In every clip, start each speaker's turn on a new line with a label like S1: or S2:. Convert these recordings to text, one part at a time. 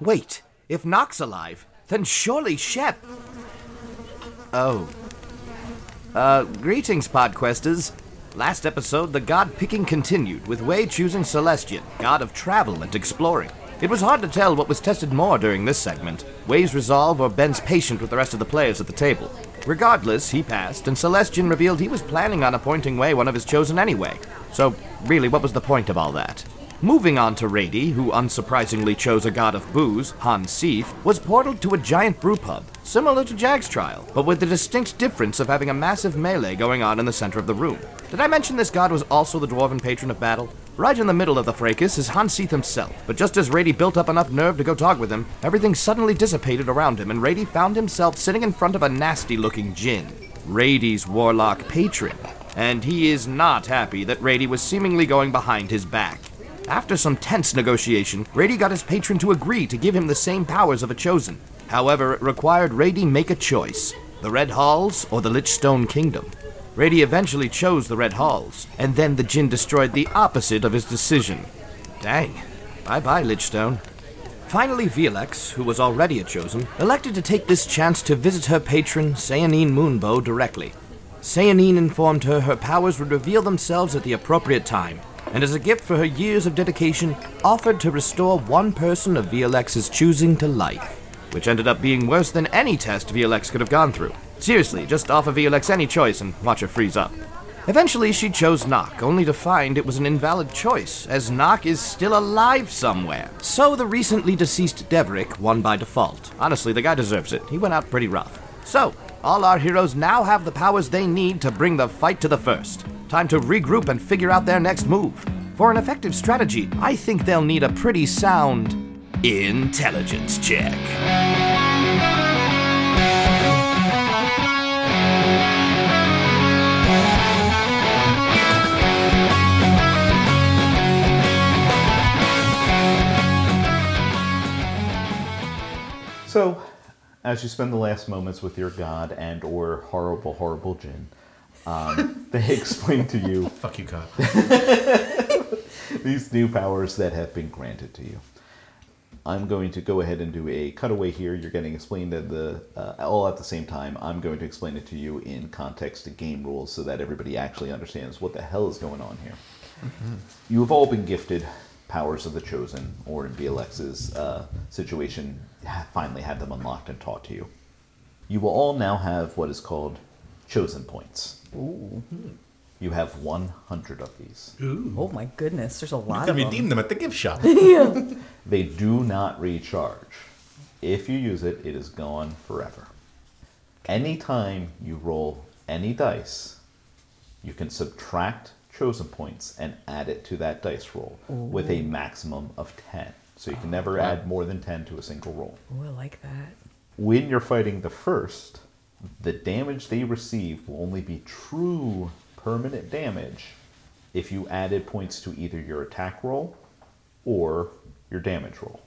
S1: Wait, if Nock's alive, then surely Shep. Oh. Uh, greetings, Podquesters. Last episode, the god picking continued, with Way choosing Celestian, god of travel and exploring. It was hard to tell what was tested more during this segment Way's resolve or Ben's patience with the rest of the players at the table. Regardless, he passed, and Celestian revealed he was planning on appointing Way one of his chosen anyway. So, really, what was the point of all that? Moving on to Rady, who unsurprisingly chose a god of booze, Hans Seath, was portaled to a giant brew pub, similar to Jag's trial, but with the distinct difference of having a massive melee going on in the center of the room. Did I mention this god was also the dwarven patron of battle? Right in the middle of the fracas is Hans Seath himself, but just as Rady built up enough nerve to go talk with him, everything suddenly dissipated around him, and Rady found himself sitting in front of a nasty looking djinn, Rady's warlock patron. And he is not happy that Rady was seemingly going behind his back. After some tense negotiation, Rady got his patron to agree to give him the same powers of a chosen. However, it required Rady make a choice the Red Halls or the Lichstone Kingdom. Rady eventually chose the Red Halls, and then the Jinn destroyed the opposite of his decision. Dang. Bye bye, Lichstone. Finally, Velex, who was already a chosen, elected to take this chance to visit her patron, Sayanine Moonbow, directly. Sayanine informed her her powers would reveal themselves at the appropriate time, and as a gift for her years of dedication, offered to restore one person of VLX's choosing to life, which ended up being worse than any test VLX could have gone through. Seriously, just offer VLX any choice and watch her freeze up. Eventually, she chose Knock, only to find it was an invalid choice, as Knock is still alive somewhere. So the recently deceased Deverick won by default. Honestly, the guy deserves it. He went out pretty rough. So, all our heroes now have the powers they need to bring the fight to the first. Time to regroup and figure out their next move. For an effective strategy, I think they'll need a pretty sound intelligence check.
S2: So, as you spend the last moments with your god and or horrible, horrible Jin, um, they explain to you
S3: Fuck you, cop.
S2: these new powers that have been granted to you. I'm going to go ahead and do a cutaway here. You're getting explained at the uh, all at the same time. I'm going to explain it to you in context to game rules so that everybody actually understands what the hell is going on here. You have all been gifted powers of the chosen, or in BLX's uh, situation, ha- finally had them unlocked and taught to you. You will all now have what is called chosen points. Ooh. You have 100 of these.
S4: Oh my goodness, there's a lot
S3: You
S4: of
S3: can
S4: them.
S3: redeem them at the gift shop.
S2: They do not recharge. If you use it, it is gone forever. Anytime you roll any dice, you can subtract chosen points and add it to that dice roll with a maximum of 10. So you can never add more than 10 to a single roll.
S4: Oh, I like that.
S2: When you're fighting the first, the damage they receive will only be true permanent damage if you added points to either your attack roll or your damage roll.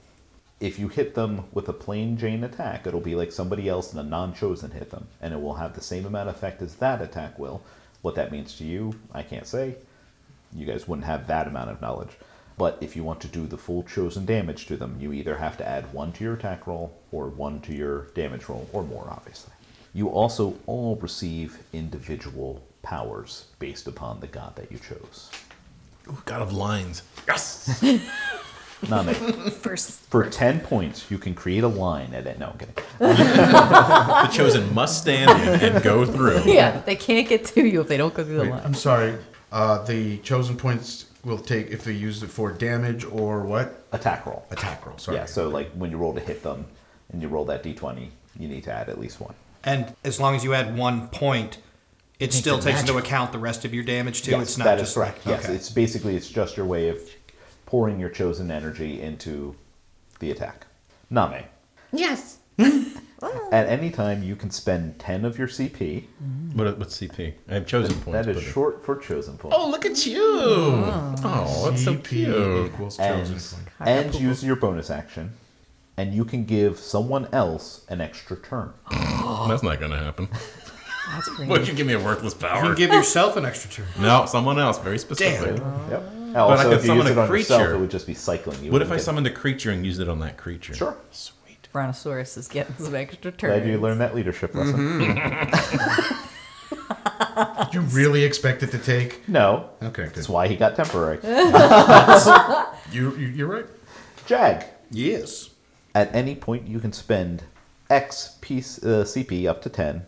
S2: If you hit them with a plain Jane attack, it'll be like somebody else in a non chosen hit them, and it will have the same amount of effect as that attack will. What that means to you, I can't say. You guys wouldn't have that amount of knowledge. But if you want to do the full chosen damage to them, you either have to add one to your attack roll or one to your damage roll, or more, obviously. You also all receive individual powers based upon the god that you chose.
S3: Ooh, God of lines. Yes.
S2: Not me.
S4: First,
S2: For 10 points, you can create a line at it. No, I'm kidding.
S3: The chosen must stand in and go through.
S4: yeah, they can't get to you if they don't go through the
S5: Wait, I'm
S4: line.
S5: sorry. Uh, the chosen points will take if they use it for damage or what?
S2: Attack roll.
S5: Attack roll. Sorry.
S2: Yeah, so like when you roll to hit them and you roll that d20, you need to add at least one.
S6: And as long as you add one point, it still
S4: it
S6: takes into account the rest of your damage too.
S2: Yes,
S6: it's not
S2: that is
S6: just
S2: correct. Yes,
S6: okay.
S2: it's basically it's just your way of pouring your chosen energy into the attack. Name.
S7: Yes.
S2: At any time, you can spend 10 of your CP.
S3: What, what's CP? I have chosen points.
S2: That is
S3: but-
S2: short for chosen point.
S3: Oh, look at you. Oh, that's so
S5: CP
S3: cute.
S5: equals chosen
S2: and, and
S5: point.
S2: use your bonus action. And you can give someone else an extra turn.
S7: Oh.
S3: That's not going to happen.
S4: That's pretty.
S3: Would you give me a worthless
S6: You
S3: power?
S6: can give yourself an extra turn.
S3: no, someone else. Very specific.
S2: Yep.
S3: I
S2: Also,
S3: could
S2: if you
S3: summon
S2: use
S3: a
S2: it on yourself,
S3: creature.
S2: it would just be cycling. You
S3: What if I
S2: wouldn't get-
S3: summoned a creature and used it on that creature?
S2: Sure.
S3: Sweet.
S4: Brontosaurus is getting some extra turns.
S2: Glad you learned that leadership lesson.
S3: Mm-hmm.
S5: Did you really expect it to take?
S2: No.
S5: Okay, good.
S2: That's why he got temporary.
S5: You, you you're right.
S2: Jag.
S6: Yes.
S2: At any point, you can spend X piece, uh, CP up to 10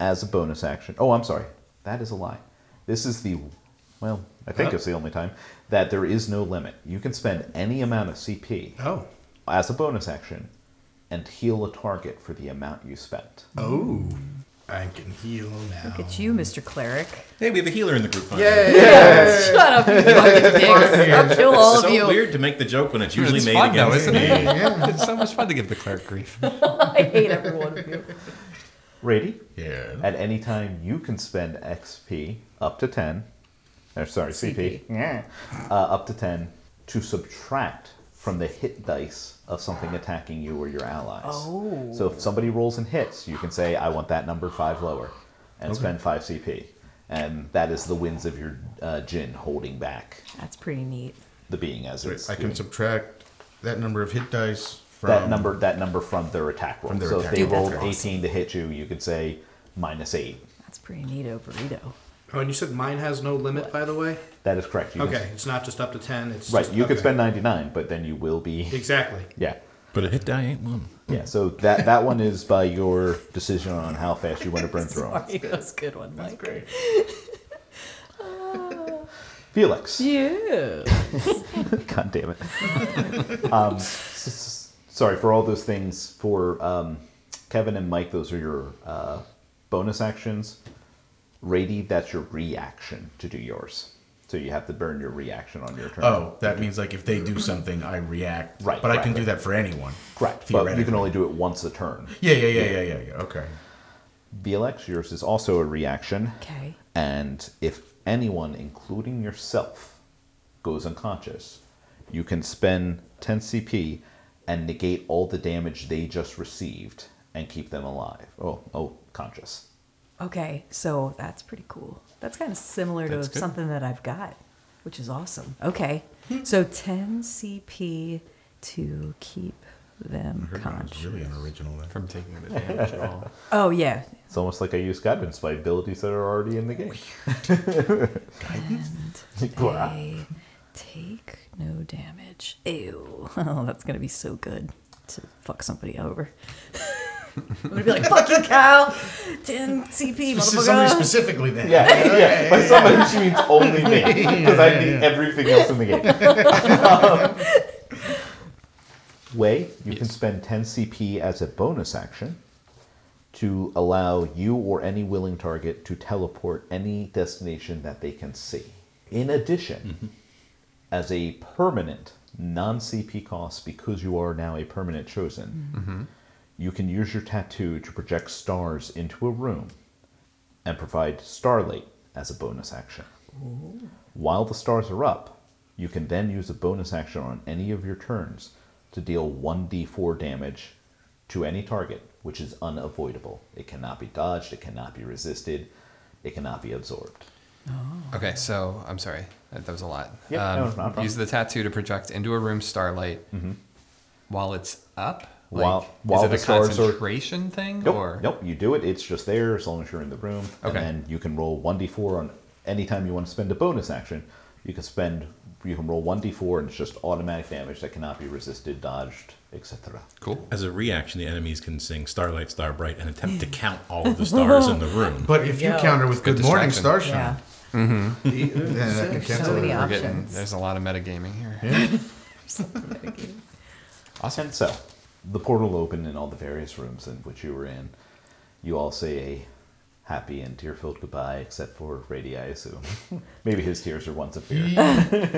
S2: as a bonus action. Oh, I'm sorry. That is a lie. This is the, well, I think it's the only time that there is no limit. You can spend any amount of CP
S5: Oh.
S2: as a bonus action and heal a target for the amount you spent.
S5: Oh. I can heal now.
S4: Look at you, Mr. Cleric.
S3: Hey, we have a healer in the group. finally.
S4: Shut up, you fucking dicks. I'll kill all
S3: It's
S4: of
S3: so
S4: you.
S3: weird to make the joke when it's usually
S7: it's
S3: made
S7: fun though,
S3: against
S7: isn't
S3: me.
S7: it? It's so much fun to give the clerk grief.
S4: I hate every one of you.
S2: Rady,
S5: Yeah.
S2: at any time, you can spend XP up to 10, or sorry, CP, yeah, uh, up to 10 to subtract from the hit dice of something attacking you or your allies.
S4: Oh.
S2: So if somebody rolls and hits, you can say, I want that number five lower, and spend 5 CP. And that is the winds of your uh, Jin holding back
S4: That's pretty neat.
S2: the being as
S5: Wait,
S2: it's
S5: I can
S2: doing-
S5: subtract that number of hit dice from
S2: that number that number from their attack roll.
S5: their
S2: so
S5: attack
S2: if they
S4: roll. Dude,
S2: rolled
S4: that's
S2: 18 to hit you, you could say minus 8.
S4: That's pretty neato burrito.
S6: Oh, and you said mine has no limit, by the way.
S2: That is correct. You can-
S6: Okay, it's not just up to ten. It's
S2: Right,
S6: just-
S2: you could
S6: okay.
S2: spend 99, but then you will be.
S6: exactly.
S2: Yeah.
S3: But a hit die ain't one.
S2: Yeah, so that, that one is by your decision on how fast you want to burn through 'em.
S4: Sorry, that was a good one, Mike.
S5: Great.
S2: Felix.
S4: Yeah.
S2: God damn it. um, s- s- sorry for all those things. For um, Kevin and Mike, those are your uh, bonus actions. Rady, that's your reaction to do yours. So you have to burn your reaction on your turn.
S5: Oh, that means like if they do something, I react.
S2: Right,
S5: But I
S2: right,
S5: can do
S2: right.
S5: that for anyone.
S2: correct. But you
S5: Theoretically.
S2: can only do it once a turn.
S5: Yeah, yeah, yeah, yeah, yeah, yeah. Okay.
S2: Felix, yours is also a reaction.
S4: Okay.
S2: And if anyone, including yourself, goes unconscious, you can spend 10 CP and negate all the damage they just received and keep them alive. Oh, oh, conscious.
S4: Okay, so that's pretty cool. That's kind of similar to
S3: That's good.
S4: something that I've got, which is awesome. Okay, so 10 CP to keep them
S5: It's
S4: conscious.
S5: really unoriginal. Then.
S7: From taking the damage at all.
S4: Oh, yeah.
S2: It's almost like I use guidance by abilities that are already in the game. Guidance?
S4: They take no damage. Ew. Oh, that's going to be so good to fuck somebody over. I'm going to be like, fuck you, Kyle. 10 CP,
S5: This is somebody
S4: motherfucker.
S5: specifically then.
S2: yeah, yeah. By somebody, she means only me because I need everything else in the game. Way, you can spend 10 CP as a bonus action to allow you or any willing target to teleport any destination that they can see. In addition, as a permanent non CP cost, because you are now a permanent chosen, you can use your tattoo to project stars into a room and provide starlight as a bonus action. While the stars are up, you can then use a bonus action on any of your turns to deal 1d4 damage to any target, which is unavoidable. It cannot be dodged, it cannot be resisted, it cannot be absorbed.
S7: Okay, so I'm sorry. That, that was a lot. Um,
S2: Yeah, no, it's not a problem. Mm-hmm.
S7: Use the tattoo to project into a room starlight while it's up. Like,
S2: While- while
S7: is it
S2: the
S7: a
S2: stars are-
S7: concentration thing?
S2: Nope,
S7: or
S2: nope, you do it, it's just there as long as you're in the room.
S7: Okay.
S2: And then you can roll 1d4 on anytime you want to spend a bonus action. You can spend, you can roll 1d4 and it's just automatic damage that cannot be resisted, dodged, etc.
S7: Cool.
S3: As a reaction, the enemies can sing Starlight, Star Bright and attempt to count all of the stars in the room.
S5: But if you
S4: Yeah.
S5: counter with
S7: Good
S5: Good, Morning
S7: distraction.
S5: Starshine,
S4: Yeah.
S5: then that can
S4: So
S5: cancel
S4: many
S5: it.
S4: options.
S7: We're getting, there's a lot of metagaming here.
S2: Awesome. And so, uh, the portal opened in all the various rooms in which you were in. You all say a happy and tear-filled goodbye, except for Rady, I assume. Maybe his tears are once a fear.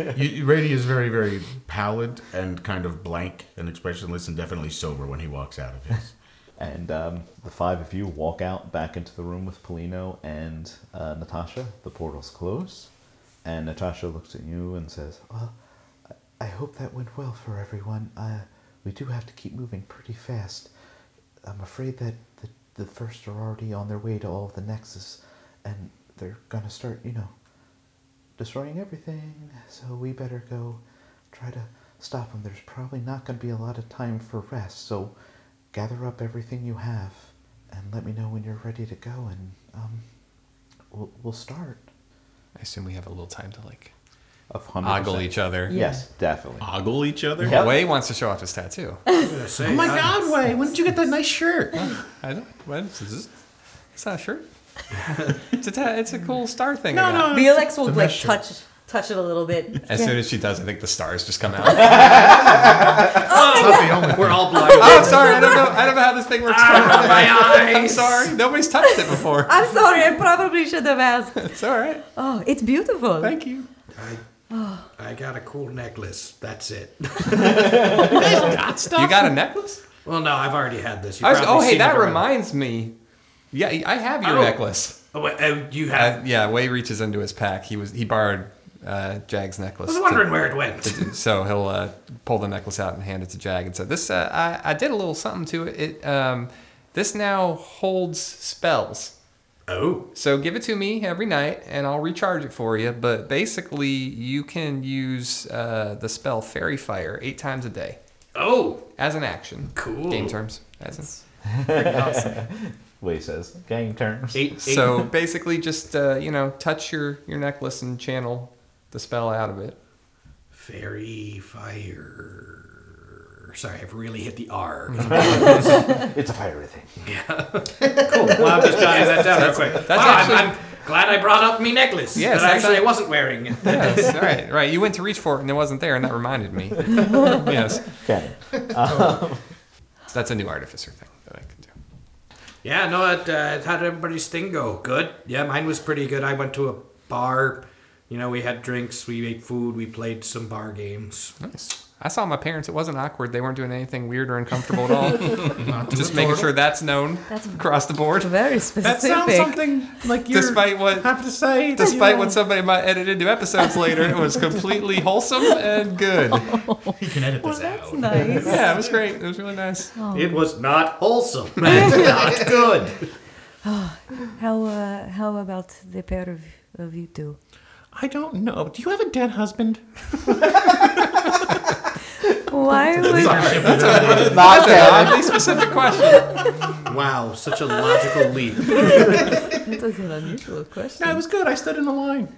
S5: You- you- Rady is very, very pallid and kind of blank and expressionless and definitely sober when he walks out of his.
S2: and um, the five of you walk out back into the room with Polino and uh, Natasha. The portal's closed, and Natasha looks at you and says, "Well, I- I hope that went well for everyone. Uh, we do have to keep moving pretty fast. I'm afraid that the, the first are already on their way to all of the Nexus, and they're gonna start, you know, destroying everything, so we better go try to stop them. There's probably not going to be a lot of time for rest, so gather up everything you have and let me know when you're ready to go, and um, we'll, we'll start.
S7: I assume we have a little time to like
S2: Of hundred
S7: ogle each other.
S2: Yes, definitely.
S3: Ogle each other?
S2: Yep.
S7: Way wants to show off his tattoo.
S6: oh my god!
S5: Way, when did you get that nice shirt?
S7: I don't. What is this? It's not a shirt. it's a ta- it's a cool star thing. I got.
S4: Felix will
S5: The
S4: like
S5: mesh
S4: touch touch it a little bit.
S7: As soon as she does, I think the stars just come out.
S6: We're all blind.
S7: oh, sorry. I don't know. I don't know how this thing works.
S6: my
S7: I'm
S6: eyes.
S7: sorry. Nobody's touched it before.
S4: I'm sorry, I probably should have asked.
S7: It's all right.
S4: Oh, it's beautiful.
S7: Thank you.
S6: I, I got a cool necklace. That's it.
S7: You got a necklace?
S6: Well, no, I've already had this. You
S7: I was,
S6: probably
S7: oh, hey,
S6: seen it
S7: that
S6: around.
S7: reminds me. Yeah, I have your
S6: Oh.
S7: necklace.
S6: Oh, wait, oh, you
S7: Uh,
S6: have.
S7: yeah, Way reaches into his pack. He was he borrowed uh, Jag's necklace.
S6: I was
S7: to-
S6: wondering where it went.
S7: so he'll uh, pull the necklace out and hand it to Jag and say, "This uh, I, I did a little something to it. it um, this now holds spells.
S6: Oh,
S7: So give it to me every night, and I'll recharge it for you. But basically, you can use uh, the spell Fairy Fire eight times a day
S6: oh,
S7: as an action.
S6: Cool.
S7: Game terms. As in.
S2: Way says, game terms.
S6: eight. eight.
S7: So basically, just uh, you know, touch your your necklace and channel the spell out of it.
S6: fairy fire. Sorry, I've really hit the R.
S2: It's a fiery thing.
S6: cool. Well, I'm just jotting that down real quick. Wow,
S7: actually-
S6: I'm, I'm glad I brought up me necklace
S7: Yes,
S6: that I
S7: that's a-
S6: actually wasn't wearing.
S7: Yes, right, right. You went to reach for it and it wasn't there, and that reminded me. yes,
S2: Canon.
S7: that's a new artificer thing that I can do.
S6: yeah, no, it, uh, how did everybody's thing go? Good? Yeah, mine was pretty good. I went to a bar. You know, we had drinks, we ate food, we played some bar games.
S7: Nice. I saw my parents. It wasn't awkward. They weren't doing anything weird or uncomfortable at all. Just making sure that's known across the board.
S4: Very specific.
S3: That sounds something like you
S7: Despite what-
S3: have to say.
S7: Despite what somebody might edit into episodes later, it was completely wholesome and good.
S5: You can edit this
S4: That's
S5: out.
S4: nice.
S7: Yeah, it was great. It was really nice.
S6: It was not wholesome. It's not good.
S4: How uh, how about the pair of, of you two?
S3: I don't know. Do you have a dead husband?
S4: Why would
S2: Not canon.
S7: Oddly specific question.
S6: Wow, such a logical leap.
S4: that was an unusual question?
S3: Yeah, it was good. I stood in a line,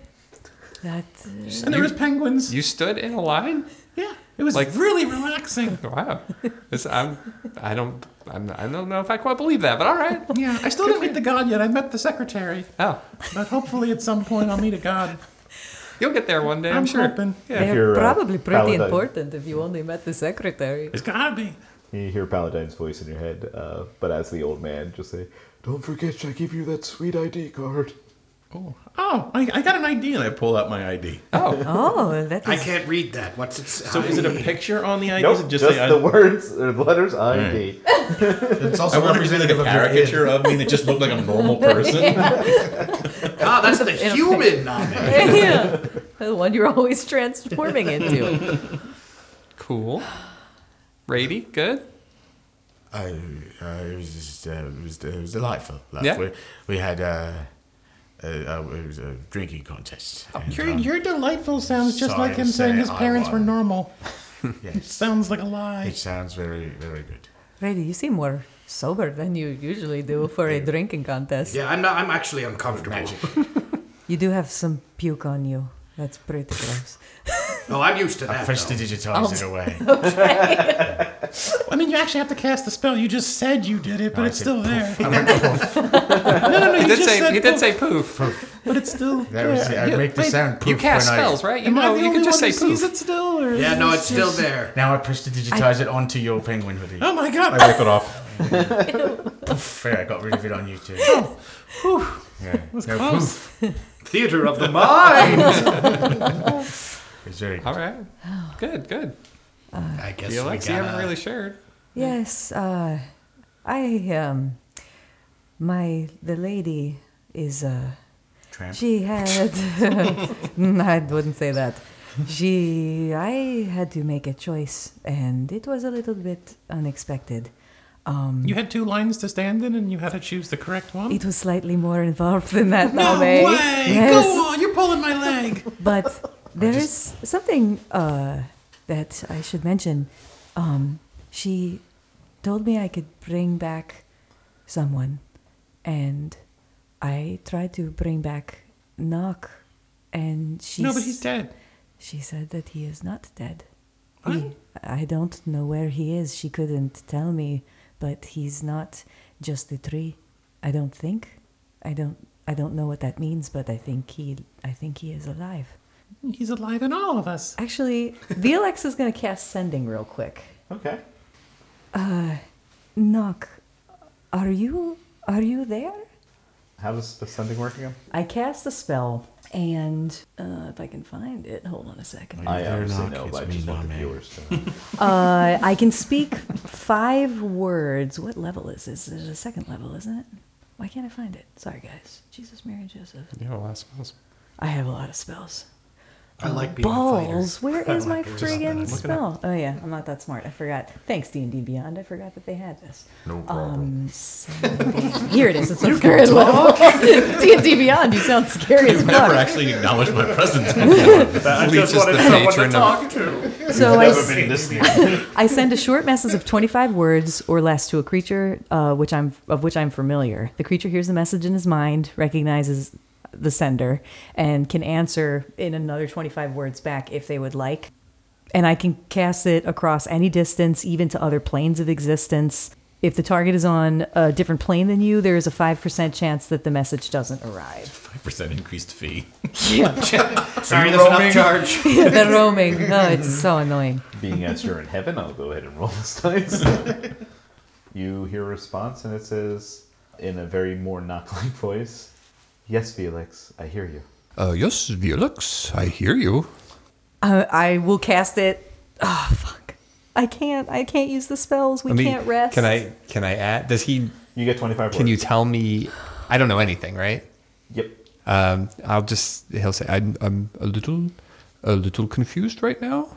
S4: That uh,
S3: and there was penguins.
S7: You stood in a line.
S3: yeah, it was
S7: Like-
S3: like really relaxing.
S7: Wow. This, I'm, I don't. I'm, I don't know if I quite believe that, but all right.
S3: Yeah, I still didn't meet the god yet. I met the secretary,
S7: Oh,
S3: but hopefully at some point I'll meet a god.
S7: you'll get there one day. I'm,
S3: I'm
S7: sure.
S3: hoping.
S7: Yeah.
S4: they're
S2: You're, uh,
S4: probably pretty
S2: paladin.
S4: important if you only met the secretary.
S3: It's gotta be.
S2: You hear Paladine's voice in your head, uh, but as the old man, just say, Don't forget, I give you that sweet ID card.
S3: Oh, oh, I, I got an ID, and I pull out my ID.
S7: Oh,
S4: Oh, that
S6: I
S4: is
S6: can't read that. What's it?
S3: So is it a picture on the ID?
S2: Nope,
S3: is it
S2: just,
S3: just, the,
S2: the words or the letters ID.
S5: It's
S3: I
S5: also
S3: wanted to be like
S5: representative
S3: a
S5: of your id.
S3: caricature of me that just looked like a normal person.
S6: Ah, that's the human on it.
S4: yeah, the one you're always transforming into.
S7: cool. Rady, good.
S5: I, I it was just, uh, it was, it was delightful. Like,
S7: Yeah.
S5: we, we had uh, a, a, it was a drinking contest. and,
S3: Your,
S5: um,
S3: your delightful sounds just
S5: sorry
S3: like him
S5: to
S3: saying
S5: say
S3: his
S5: I
S3: parents were
S5: won.
S3: normal.
S5: yes,
S3: Sounds like a
S5: it
S3: lie.
S5: sounds very very good.
S4: Brady, you seem more sober than you usually do for a drinking contest.
S6: Yeah, I'm not. I'm actually uncomfortable.
S4: You do have some puke on you. That's pretty gross.
S6: No, Oh, I'm used to
S5: I
S6: that.
S5: first
S6: though.
S5: digitized it away.
S3: I mean, you actually have to cast the spell. You just said you did it, but
S5: No, I
S3: it's
S5: said
S3: still there.
S5: I went, "Poof."
S3: No, no, no.
S7: He
S3: you
S7: did
S3: just
S7: say
S3: said
S7: he did
S3: poof,
S7: say poof.
S3: but it's still.
S5: That was it. I
S7: You-
S5: make the
S7: wait,
S5: sound.
S7: You
S5: poof
S7: cast
S5: when I-
S7: spells, right? You
S3: Am I
S7: know,
S3: the
S7: you
S3: only
S7: can just
S3: one
S7: say
S3: who sees
S7: poof.
S3: it still. Or
S6: Yeah,
S3: is
S6: no,
S3: it
S6: it's still
S3: just-
S6: there.
S5: Now I press to digitize it onto your penguin hoodie.
S3: Oh my god! I wipe it off.
S5: Poof. Yeah, I got rid of it on YouTube. Oh, yeah. No,
S3: close.
S5: poof.
S6: Theater of the mind.
S5: It's very
S7: All right. Good, good.
S6: I guess we
S7: Felix, you haven't
S6: gotta-
S7: really shared.
S4: Yes, uh, I um, my the lady is uh,
S5: tramp.
S4: she had. no, I wouldn't say that. She, I had to make a choice, and it was a little bit unexpected.
S3: You had two lines to stand in, and you had to choose the correct one.
S4: It was slightly more involved than that,
S3: no way!
S4: Nave. Yes.
S3: Go on! You're pulling my leg.
S4: But there is something uh, that I should mention. Um, she told me I could bring back someone, and I tried to bring back Nock, and she
S3: no,
S4: s-
S3: but he's dead.
S4: She said that he is not dead.
S3: What?
S4: He- I don't know where he is. She couldn't tell me, but he's not just a tree. I don't think. I don't. I don't know what that means, but I think he. I think he is alive.
S3: He's alive in all of us.
S4: Actually, VLX is going to cast sending real quick.
S2: Okay.
S4: Knock. Are you are you there?
S2: How does ascending work again?
S4: I cast the spell and uh, if I can find it, hold on a second.
S2: I
S5: They're
S2: obviously
S5: not
S2: know,
S5: kids,
S2: but I
S5: me
S2: just
S5: not
S2: want the
S5: me.
S2: viewers to know.
S4: Uh, I can speak five words. What level is this? It's a second level, isn't it? Why can't I find it? Sorry, guys. Jesus, Mary, Joseph.
S7: You know, last spells.
S4: I have a lot of spells.
S6: I like being
S4: Balls. Where
S6: I
S4: is my
S6: like being a fighter. I'm
S4: friggin'
S6: looking
S4: spell? Oh yeah, I'm not that smart. I forgot. Thanks D and D Beyond. I forgot that they had this.
S5: No problem.
S4: Um, so- here it is. It's a third level. D and D Beyond. You sound scary as
S3: Never
S4: fuck.
S3: actually acknowledged my presence before.
S2: I
S7: Leech is the patron of.
S4: So I,
S2: Never
S4: s-
S2: been this near.
S4: I send a short message of 25 words or less to a creature, uh, which I'm of which I'm familiar. The creature hears the message in his mind, recognizes the sender, and can answer in another 25 words back if they would like. And I can cast it across any distance, even to other planes of existence. If the target is on a different plane than you, there is a 5% chance that the message doesn't arrive.
S3: Five percent increased fee.
S6: Sorry, there's an upcharge.
S4: the roaming. Oh, it's so annoying.
S2: Being as you're in heaven, I'll go ahead and roll this dice. you hear a response, and it says, in a very more knock-like voice, "Yes, Felix, I hear you."
S8: Uh, yes, Felix, I hear you.
S4: Uh, I will cast it. Oh fuck! I can't. I can't use the spells. We
S7: Let me-
S4: can't rest.
S7: Can I? Can I add? Does he?
S2: You get twenty-five.
S7: Can you
S2: words.
S7: tell me? I don't know anything, right?
S2: Yep.
S7: Um, I'll just.
S8: Just he'll say, I'm, I'm a little, a little confused right now,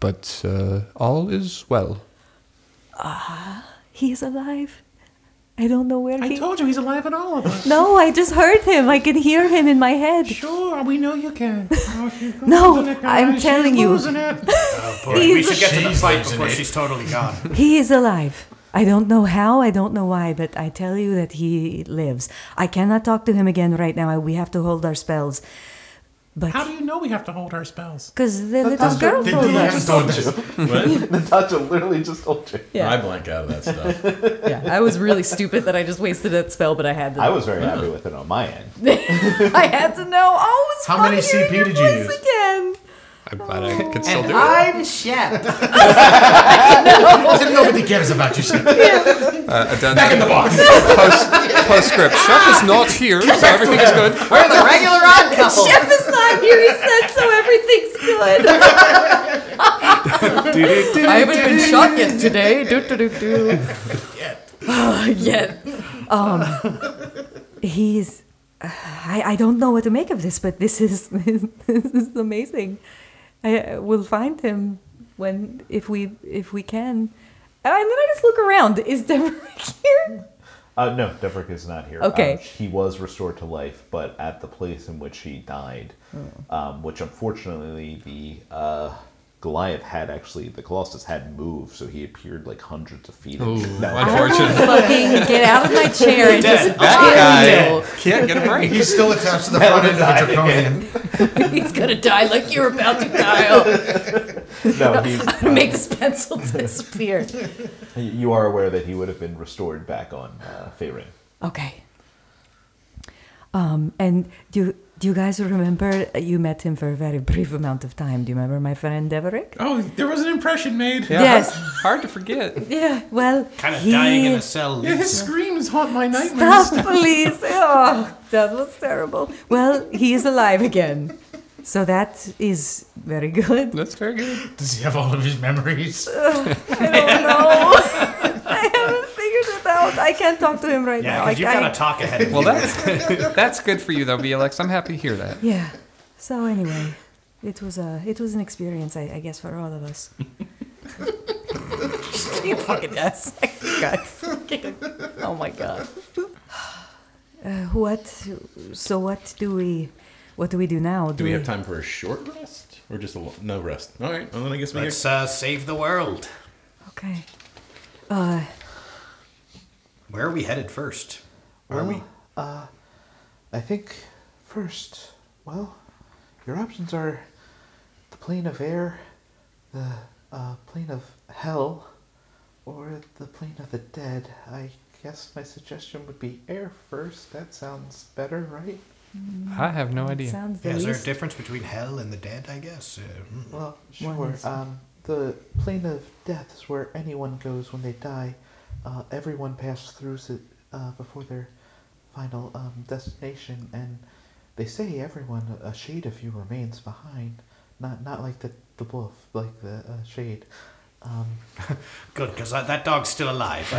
S8: but uh, all is well.
S4: He's alive. I don't know where
S3: I
S4: he.
S3: told you he's alive in all of us.
S4: no, I just heard him. I can hear him in my head.
S3: Sure, we know you can. Oh, she's
S4: No,
S3: losing it,
S4: I'm
S3: guys. She's
S4: telling you.
S3: losing it.
S6: We
S4: He's,
S6: should get to the
S5: She's
S6: fight
S5: losing
S6: before
S5: it.
S6: she's totally gone.
S4: he is alive. I don't know how. I don't know why. But I tell you that he lives. I cannot talk to him again right now. I- We have to hold our spells. But
S3: How do you know we have to hold our spells?
S4: because the little girl
S5: Did
S4: told
S5: you
S4: us.
S5: just told you?
S2: Natasha literally just told you.
S4: Yeah.
S3: I blank out of that stuff.
S4: Yeah, I was really stupid that I just wasted that spell, but I had to.
S2: I was very happy with it on my end.
S4: I had to know. Oh, it's
S5: How
S4: fun
S5: many
S4: hearing
S5: CP
S4: your
S5: did you
S4: voice
S5: use?
S4: again.
S7: I'm glad I could still do it.
S6: I'm Shep.
S5: Nobody cares about you. Shep.
S7: Uh, a dun-
S5: Back in the box.
S7: post, postscript. Shep is not here, so everything is good.
S6: We're the regular odd couple.
S4: Jeff is not here. He said so. Everything's good. I haven't been shot yet today. Do, do, do, do. Yet. yet. Um, he's. I, I don't know what to make of this, but this is this is amazing. I uh, will find him when if we if we can. And then I just look around. Is Deborah here?
S2: Uh, no, Devrick is not here.
S4: Okay.
S2: Um, he was restored to life, but at the place in which he died, um, which unfortunately the uh, Goliath had actually, the Colossus had moved, so he appeared like hundreds of feet. No,
S7: Unfortunately,
S4: Fucking get out of my chair and just
S7: that guy can't get a break.
S5: He's still attached to the front end of the draconian.
S4: He's gonna die like you're about to die. Oh,
S2: no, he's,
S4: make this pencil disappear.
S2: you are aware that he would have been restored back on uh, Faerun.
S4: Okay. Um, and do you, do you guys remember uh, you met him for a very brief amount of time? Do you remember my friend Deverick?
S3: Oh, there was an impression made.
S7: Yeah,
S4: Yes.
S7: Hard to forget.
S4: Yeah. Well,
S6: Kind of
S4: he-
S6: dying in a cell.
S3: Yeah, his screams haunt my nightmares.
S4: Stop, please. Oh, that was terrible. Well, he is alive again. So that is very good.
S7: That's very good.
S5: Does he have all of his memories?
S4: I don't know. I haven't figured it out. I can't talk to him right now.
S6: Yeah,
S4: I
S6: because you've
S4: can't-
S6: got to talk ahead of
S7: Well, that's that's good for you though, BLX. I'm happy to hear that.
S4: Yeah. So anyway, it was a it was an experience, I, I guess, for all of us. She fucking does. Guys. Oh my god. Uh, what? So what do we? What do we do now?
S3: Do we have time for a short rest or just a lo- no rest? All right. Well, then I guess we
S6: Let's uh, save the world.
S4: Okay. Uh,
S6: Where are we headed first? Where are we?
S2: I think first, well, your options are the plane of air, the uh, plane of hell, or the plane of the dead. I guess my suggestion would be air first. That sounds better, right?
S7: I have no idea.
S4: sounds the
S6: Yeah, is there a
S4: least.
S6: difference between hell and the dead? I guess. Uh, hmm.
S2: Well, sure.
S4: One's-
S2: Um, the plane of death is where anyone goes when they die. Uh, everyone passes through it uh, before their final um, destination, and they say everyone a shade of you remains behind. Not not like the the wolf, like the uh, shade. Um,
S6: Good, because that dog's still alive. I,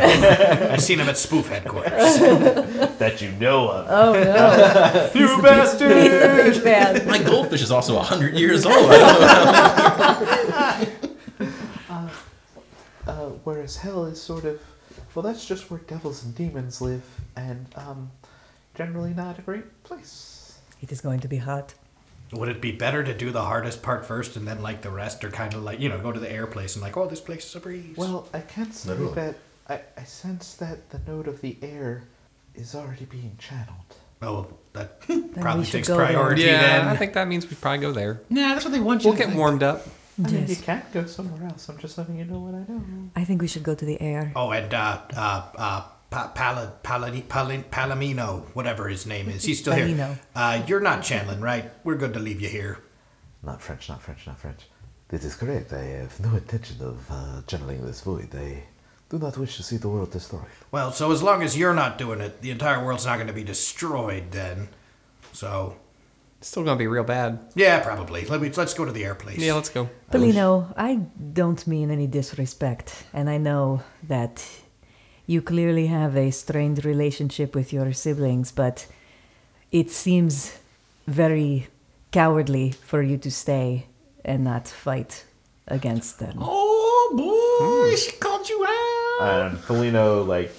S6: have seen him at spoof headquarters.
S2: that you know of.
S6: you bastard!
S4: Big bad.
S3: My goldfish is also 100 years old. I don't know.
S2: Uh, whereas hell is sort of, well, that's just where devils and demons live, and um, generally not a great place.
S4: It is going to be hot.
S6: Would it be better to do the hardest part first and then like the rest, or kind of like you know go to the air place and like oh this place is a breeze?
S2: Well, I can't say
S5: Literally.
S2: that. I, I sense that the note of the air is already being channeled.
S6: oh that
S4: we
S6: probably
S4: should
S6: takes
S4: go there.
S6: priority
S7: Yeah,
S6: then.
S7: I think that means we probably go there.
S5: Nah, that's what they want you
S7: We'll
S5: to
S7: get
S5: think.
S7: warmed up.
S2: I mean, you
S4: Yes.
S2: can go somewhere else. I'm just letting you know what I know.
S4: I think we should go to the air.
S6: Oh, and uh, uh, uh, pa- Pala- Paladi- Palin- Palomino, whatever his name is, he's still
S4: Palino.
S6: here. Uh, you're not channeling, right? We're good to leave you here.
S2: Not French, not French, not French. This is correct. I have no intention of uh, channeling this void. I do not wish to see the world destroyed.
S6: Well, so as long as you're not doing it, the entire world's not going to be destroyed then. So,
S7: It's still gonna be real bad.
S6: yeah, probably. Let me, let's go to the air place.
S7: Yeah, let's go.
S4: Polino, I don't mean any disrespect, and I know that you clearly have a strained relationship with your siblings, but it seems very cowardly for you to stay and not fight against them.
S5: Oh boy, she called you out.
S2: Um, Felino, like,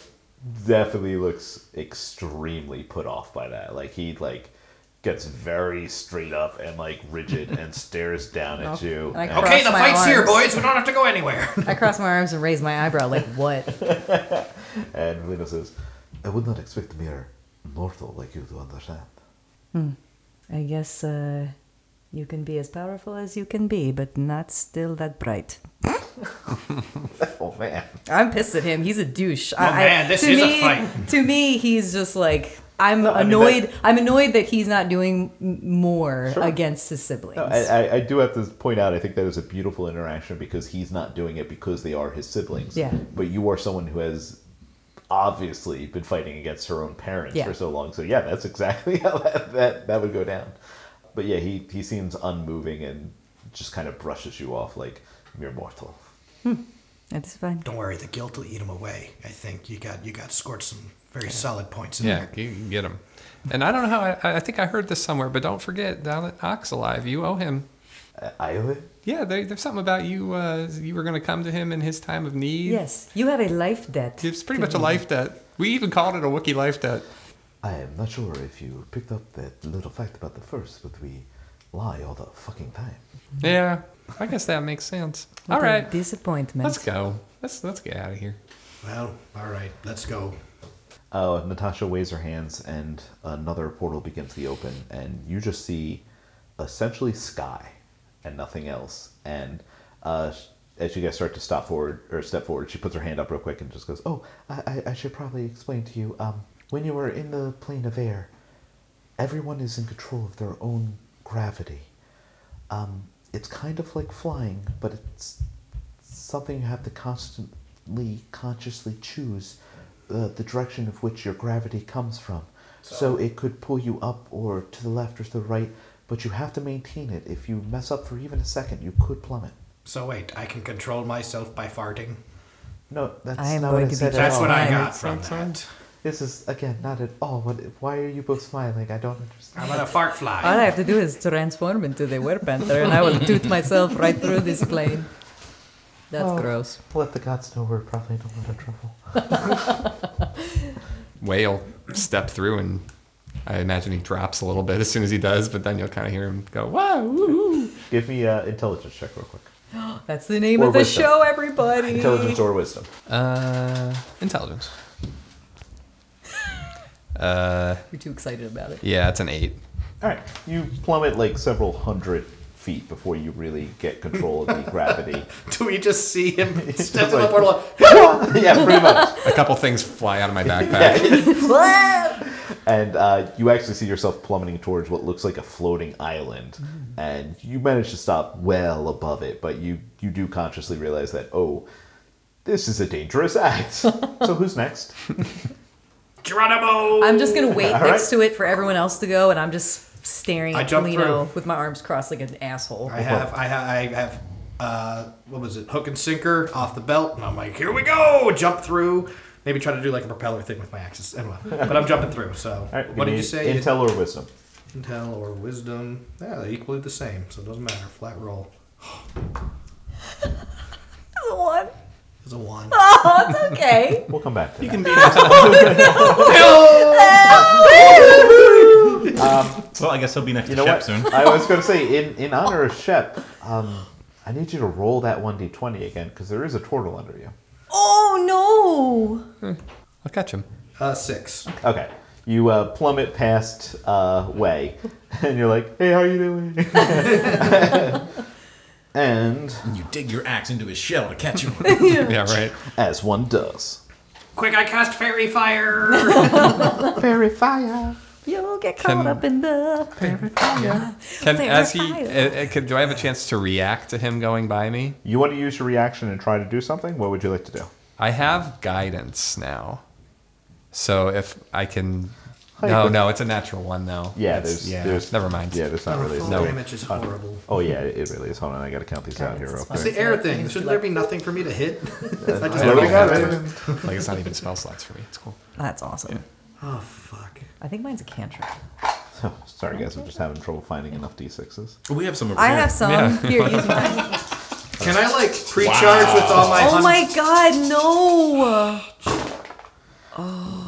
S2: definitely looks extremely put off by that. Like, he, like, gets very straight up and, like, rigid and stares down at you.
S4: I
S2: and-
S4: cry.
S6: Okay,
S4: Cross
S6: the
S4: my
S6: fight's here,
S4: arms.
S6: boys. We don't have to go anywhere.
S4: I cross my arms and raise my eyebrow, like, what?
S2: And Lino says, I would not expect a mere mortal like you to understand.
S4: I guess uh, you can be as powerful as you can be, but not still that bright.
S2: Oh man.
S4: I'm pissed at him. He's a douche.
S6: Oh, man, this
S4: to
S6: is a
S4: me,
S6: fight.
S4: To me, he's just like I'm
S2: I mean,
S4: annoyed.
S2: that-
S4: I'm annoyed that he's not doing m- more
S2: Sure.
S4: against his siblings.
S2: I, I, I do have to point out, I think that is a beautiful interaction because he's not doing it because they are his siblings.
S4: Yeah.
S2: But you are someone who has obviously been fighting against her own parents
S4: Yeah.
S2: for so long. So, yeah, that's exactly how that, that, that would go down. But yeah, he, he seems unmoving and just kind of brushes you off like mere mortal.
S4: That's fine.
S6: Don't worry, the guilt will eat him away. I think you got you got scored some very solid points in
S7: Yeah,
S6: there.
S7: you can get him. And I don't know how. I, I think I heard this somewhere, but don't forget down at Ox Alive, you owe him.
S2: I- I
S7: Yeah, there, there's something about you. Uh, you were going to come to him in his time of need.
S4: Yes, you have a life debt.
S7: It's pretty
S4: to
S7: much a
S4: me.
S7: life debt. We even called it a wiki life debt.
S2: I am not sure if you picked up that little fact about the first, but we lie all the fucking time.
S7: Yeah, I guess that makes sense.
S4: What
S7: All
S4: a
S7: right,
S4: disappointment.
S7: let's go. Let's let's get out of here.
S6: Well, all right, let's go.
S2: Uh, Natasha waves her hands, and another portal begins to open, and you just see essentially sky and nothing else. And uh, sh- as you guys start to stop forward or step forward, she puts her hand up real quick and just goes, "Oh, I, I, I should probably explain to you. Um, when you are in the plane of air, everyone is in control of their own gravity. Um, it's kind of like flying, but it's something you have to constantly consciously choose uh, the direction of which your gravity comes from. So. it could pull you up or to the left or to the right, but you have to maintain it. If you mess up for even a second, you could plummet.
S6: So wait, I can control myself by farting.
S2: No, that's
S4: I am
S2: not
S4: going
S2: what I
S4: to be
S2: said at
S6: That's
S2: all.
S6: what I
S4: Alright,
S6: got from
S7: sounds
S6: that.
S2: This is again not at all. What? Why are you both smiling? I don't understand.
S6: I'm gonna fart fly.
S4: All I have to do is transform into the werepanther, and I will toot myself right through this plane. That's
S2: Oh.
S4: gross.
S2: Let the gods know we're probably in a lot of trouble.
S7: Whale step through, and I imagine he drops a little bit as soon as he does, but then you'll kind of hear him go, wow, woo
S2: Give me an intelligence check real quick.
S4: That's the name
S2: Or
S4: of the
S2: wisdom.
S4: show, everybody.
S2: Intelligence or wisdom.
S7: Uh, intelligence. Uh,
S4: You're too excited about it.
S7: yeah, it's an eight.
S2: All right, you plummet like several hundred feet before you really get control of the gravity.
S6: Do we just see him step to the
S2: like-
S6: portal?
S2: yeah, pretty much.
S7: A couple things fly out of my backpack.
S2: And uh, you actually see yourself plummeting towards what looks like a floating island, and you manage to stop well above it. But you you do consciously realize that oh, this is a dangerous act. so who's next?
S6: Geronimo!
S4: I'm just gonna wait
S2: All
S4: next
S2: right.
S4: to it for everyone else to go, and I'm just staring
S6: I
S4: at
S6: jumped
S4: Lino
S6: through.
S4: with my arms crossed like an asshole.
S6: I have, I have, I have, uh, what was it? Hook and sinker off the belt, and I'm like, here we go! Jump through. Maybe try to do like a propeller thing with my axes. Anyway, but I'm jumping through. So,
S2: All right, give
S6: what did
S2: me
S6: you say?
S2: Intel or wisdom?
S6: Intel or wisdom? Yeah, they're equally the same, so it doesn't matter. Flat roll
S4: One.
S6: is a one.
S4: Oh, it's okay.
S2: We'll come back to that.
S3: Well, I guess he'll be next
S2: You
S3: to
S2: know
S3: Shep
S2: what?
S3: soon.
S2: I was going to say, in, in honor of Shep, um, I need you to roll that 1d20 again because there is a turtle under you.
S4: oh no.
S7: I'll catch him.
S6: Uh, six.
S2: Okay. You uh, plummet past uh, Way, and you're like, hey, how you doing? and
S3: You dig your axe into his shell to catch him.
S7: Yeah, right.
S2: as one does.
S6: Quick, I cast fairy fire.
S2: Fairy fire.
S4: You'll get caught
S7: Can-
S4: up in the.
S7: Can
S4: Fair
S7: as he
S4: fire.
S7: uh, uh, can, do I have a chance to react to him going by me?
S2: You want to use your reaction and try to do something? What would you like to do?
S7: I have guidance now, so if I can. No,
S2: but-
S7: no, it's a natural one though.
S2: Yeah,
S7: It's-
S2: there's, there's.
S7: never mind.
S2: Yeah, there's not really.
S6: Full
S2: no.
S6: damage is horrible.
S2: Oh, yeah, it really is. Hold on, I got to count these out here real
S6: It's
S2: quick.
S6: the air thing. Shouldn't there be nothing for me to hit? I just
S2: Loading
S6: rolled.
S2: up.
S7: like it's not even spell slots for me. It's cool.
S4: That's awesome.
S6: Oh fuck.
S4: I think mine's a cantrip.
S2: Oh, sorry, guys. I'm just having trouble finding enough d6s.
S3: we have some over
S4: I
S3: here.
S4: have some. Here, use mine.
S6: Can I like pre-charge with all my?
S4: Oh
S6: hun-
S4: my god, no! Oh,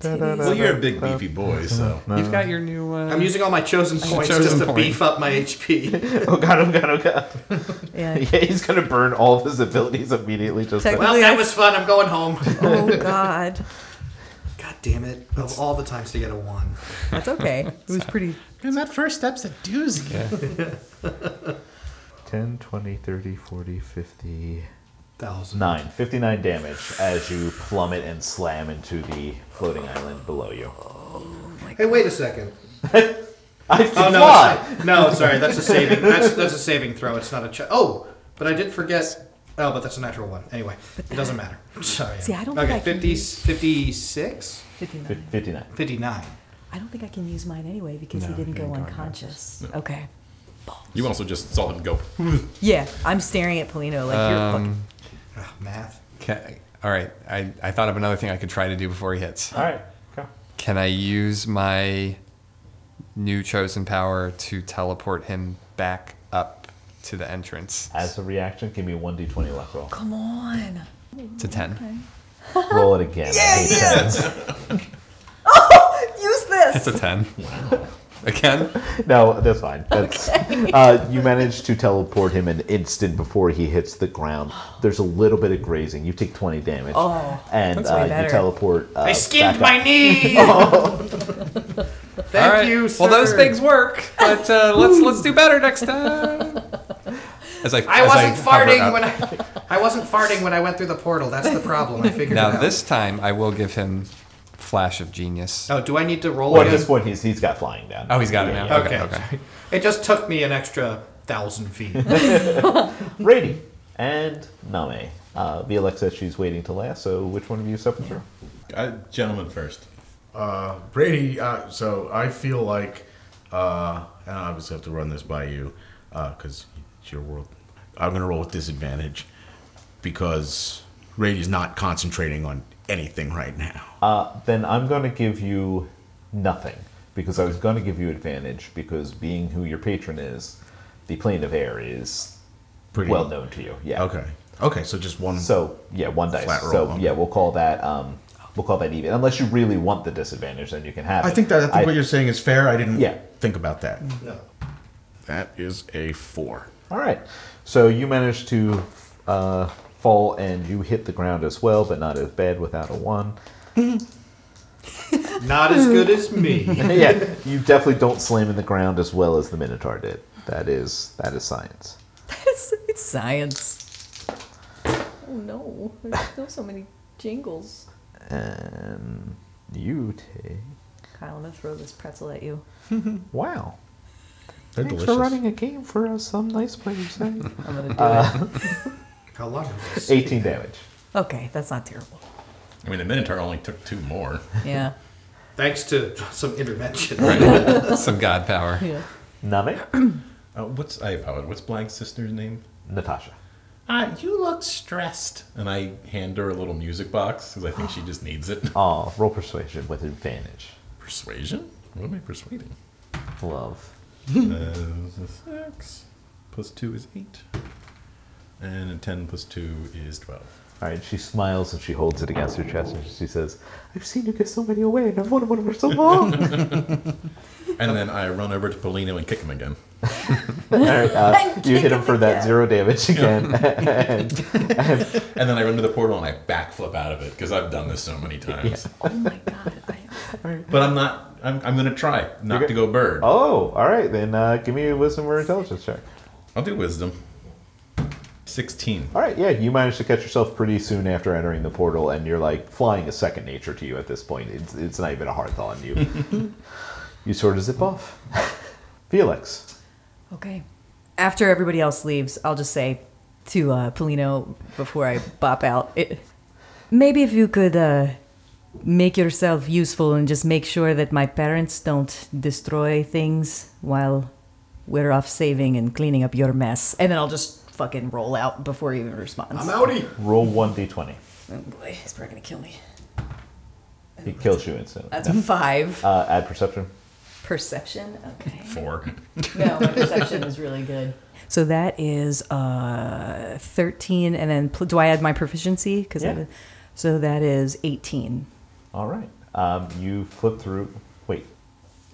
S3: Well,
S4: titties.
S3: you're a big beefy boy, so
S7: You've got your new. Uh,
S6: I'm using all my chosen points
S7: Chosen
S6: just to
S7: point.
S6: beef up my HP.
S2: Oh god, oh god, oh god.
S4: Yeah.
S2: Yeah, he's gonna burn all of his abilities immediately just
S4: Check-
S2: like,
S6: well, that was fun. I'm going home.
S4: Oh god,
S6: God damn it! Of all the times to get a one.
S4: that's okay. It was pretty.
S3: And that first step's a doozy.
S2: 10, 20, 30, 40, 50.
S6: Thousand.
S2: 9. 59 damage as you plummet and slam into the floating island below you.
S6: Hey, wait a second.
S2: I can
S6: Oh no,
S2: fly!
S6: it's not- no, sorry, that's a saving. That's that's a saving throw. It's not a. Ch- oh, but I did forget. Oh, but that's a natural one. Anyway, it doesn't matter. Sorry.
S4: See, I don't
S6: Okay,
S4: think I can
S6: 50, 56?
S4: 59.
S2: Fif- 59.
S6: 59.
S4: I don't think I can use mine anyway because he didn't go unconscious. Okay.
S3: You also just saw him go.
S4: Yeah, I'm staring at Polino like
S2: Um,
S4: you're fucking.
S6: Ugh, math.
S7: Can, all right, I, I thought of another thing I could try to do before he hits.
S2: Alright, go.
S7: Can I use my new chosen power to teleport him back up to the entrance
S2: As a reaction, give me 1d20 luck roll.
S4: Come on.
S7: to 10?
S2: Roll it again. I hate tens.
S4: Use this.
S7: It's a 10. Again?
S2: No, that's fine. That's, uh, you manage to teleport him an instant before he hits the ground. There's a little bit of grazing. You take 20 damage.
S4: Oh,
S2: and
S4: that's way
S2: uh, you
S4: better.
S2: teleport. Uh,
S6: I
S2: back
S6: skinned my
S2: up.
S6: knee! Oh. Thank
S7: All right.
S6: you,
S7: Well, those
S6: sir.
S7: things work, but uh, let's let's do better next time. As I,
S6: I
S7: as
S6: wasn't
S7: hover
S6: farting
S7: up.
S6: when I, I wasn't farting when I went through the portal. That's the problem. I figured it
S7: Now
S6: out.
S7: this time I will give him flash of genius.
S6: Oh, do I need to roll
S2: Well, at
S6: again?
S2: this point, he's he's got flying down.
S7: Oh, he's got it
S2: Yeah,
S7: now.
S2: yeah.
S6: Okay.
S7: Okay, okay.
S6: It just took me an extra thousand feet.
S2: Rady and Name. Uh, Violet says she's waiting to last. So, which one of you stepping through?
S3: Uh, gentleman first.
S5: Uh, Brady, uh, so I feel like, uh, and I obviously have to run this by you because it's your world. I'm going to roll with disadvantage because Brady's not concentrating on anything right now.
S2: Uh, then I'm going to give you nothing because I was going to give you advantage because being who your patron is, the plane of air is
S5: Pretty
S2: well known to you. Yeah.
S5: Okay. Okay, so just one.
S2: So yeah, one dice.
S5: Flat roll,
S2: so
S5: okay.
S2: yeah, we'll call that um, we'll call that even. Unless you really want the disadvantage, then you can have.
S5: I
S2: it.
S5: think that I think what you're saying is fair. I didn't
S2: Yeah.
S5: think about that. No. That is a four.
S2: All right. So you managed to uh, fall and you hit the ground as well, but not as bad without a one.
S6: Not as good as me.
S2: yeah, you definitely don't slam in the ground as well as the Minotaur did. That is that is science.
S4: It's, it's science.
S9: Oh no, there's still so many jingles.
S2: And you take
S4: Kyle, I'm gonna throw this pretzel at you.
S2: wow.
S5: They're
S2: Thanks for
S5: delicious.
S2: running a game for us. Some nice players. eh?
S4: I'm gonna do
S6: How long is this?
S2: Eighteen damage.
S4: it. Okay, that's not terrible.
S3: I mean, the Minotaur only took two more.
S4: Yeah.
S6: Thanks to some intervention.
S7: Some god power.
S4: yeah.
S2: Name
S3: Uh, what's I apologize. What's Blank's sister's name?
S2: Natasha.
S3: Uh, you look stressed. And I hand her a little music box because I think she just needs it.
S2: Aw, roll persuasion with advantage.
S3: Persuasion? What am I persuading?
S2: Love.
S3: Uh, six plus two is eight, and a ten plus two is twelve.
S2: All right, she smiles and she holds it against her chest and she says, "I've seen you give so many away, and I've wanted one for so long."
S3: And then I run over to Polino and kick him again.
S2: Alright, uh, you hit him for that zero damage again. and,
S3: And then I run to the portal and I backflip out of it because I've done this so many times.
S9: Oh my god, I
S3: But I'm not. I'm, I'm gonna try not
S2: You're
S3: to go bird.
S2: oh, all right, then uh, give me a wisdom or intelligence check.
S3: I'll do wisdom. Sixteen.
S2: All right, yeah, you managed to catch yourself pretty soon after entering the portal, and you're like flying is second nature to you at this point. It's, it's not even a hard thought on you. you sort of zip off. Felix,
S4: Okay. After everybody else leaves, I'll just say to uh, Polino before I bop out, it, maybe if you could uh, make yourself useful and just make sure that my parents don't destroy things while we're off saving and cleaning up your mess. And then I'll just fucking roll out before he even responds.
S6: I'm outie.
S2: roll 1d20.
S4: Oh boy, he's probably gonna kill me.
S2: He kills you instantly.
S4: That's a five.
S2: Uh, add perception.
S4: Perception? Okay.
S3: Four.
S4: No, my perception is really good. So that is uh, 13, and then pl- do I add my proficiency? Because
S2: Yeah.
S4: so that is 18.
S2: All right. Um, you flip through. Wait,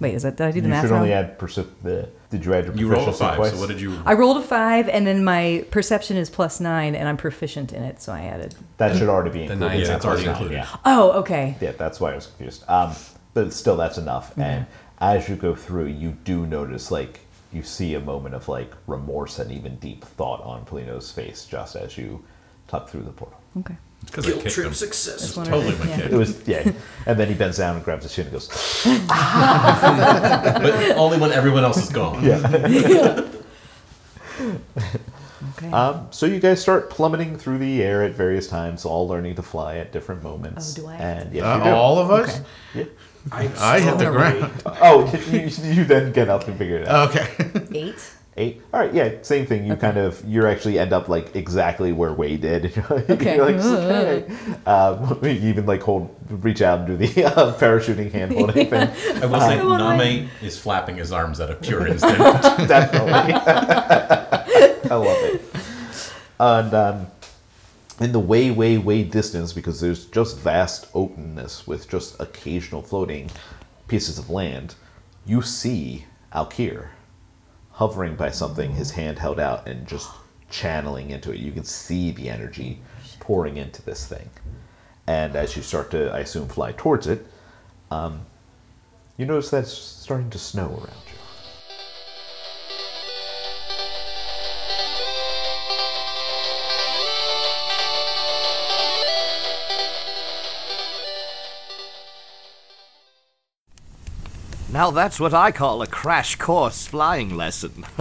S4: Wait, is that did I do the
S2: you
S4: math
S2: should
S4: wrong?
S2: only add percep. The, did you add your
S3: You rolled a
S2: proficiency
S3: five.
S2: twice?
S3: So what did you?
S4: I rolled a five, and then my perception is plus nine, and I'm proficient in it, so I added.
S2: That should already be included.
S7: nine,
S2: in
S7: yeah,
S2: that
S3: it's already
S2: first round,
S3: included.
S2: Yeah.
S4: Oh, okay.
S2: Yeah, that's why I was confused. Um, but still, that's enough. And as you go through, you do notice, like, you see a moment of, like, remorse and even deep thought on Polino's face just as you tuck through the portal.
S4: Okay.
S3: Because I
S6: Guilt
S3: kicked
S6: trip
S3: him.
S6: success.
S4: Just
S3: Totally
S4: wondering,
S3: my
S4: yeah.
S2: It
S3: kick.
S2: was, yeah. and then he bends down and grabs his chin and goes,
S3: But only when everyone else is gone.
S4: Okay.
S2: um, So you guys start plummeting through the air at various times, all learning to fly at different moments.
S4: Oh, do I?
S2: And, yes,
S5: Uh,
S2: you do.
S5: all of us.
S4: Okay.
S6: I'm
S5: I hit the
S6: strong.
S5: ground.
S2: Oh, you, you then get up and figure it out.
S5: Okay.
S4: Eight.
S2: Eight. All right, yeah, same thing. You kind of you actually end up like exactly where Wade did.
S4: Okay.
S2: You're like, okay. Um, you even like hold, reach out and do the uh, parachuting hand holding thing.
S3: I will say,
S4: Come on,
S3: Name is flapping his arms out of pure instinct.
S2: Definitely. I love it. And um, in the way, way, way distance, because there's just vast openness with just occasional floating pieces of land, you see Alkir hovering by something, his hand held out, and just channeling into it. You can see the energy pouring into this thing. And as you start to, I assume, fly towards it, um, you notice that it's starting to snow around you.
S1: Now that's what I call a crash course flying lesson.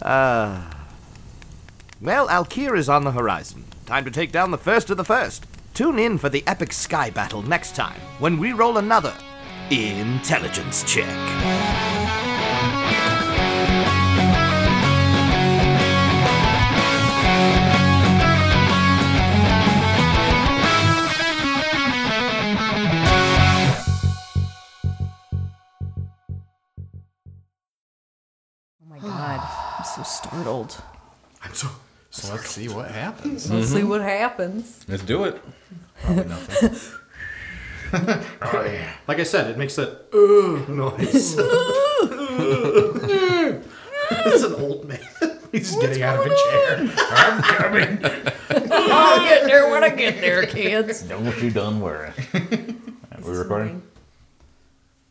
S1: Ah. well, Alkir is on the horizon. Time to take down the first of the first. Tune in for the epic sky battle next time when we roll another intelligence check.
S4: Oh so startled.
S1: I'm so.
S10: So let's see what happens.
S4: Let's see what happens.
S3: Let's do it.
S1: Like I said, it makes that uh, noise. it's an old man. He's getting out of a chair.
S5: I'm coming.
S4: I'll get there when I get there, kids.
S2: Don't you done worry. we recording?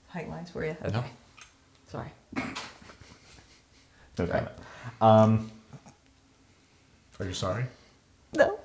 S4: Height lines for you? Okay.
S10: No.
S4: Sorry.
S2: No comment.
S5: Are you sorry?
S4: No.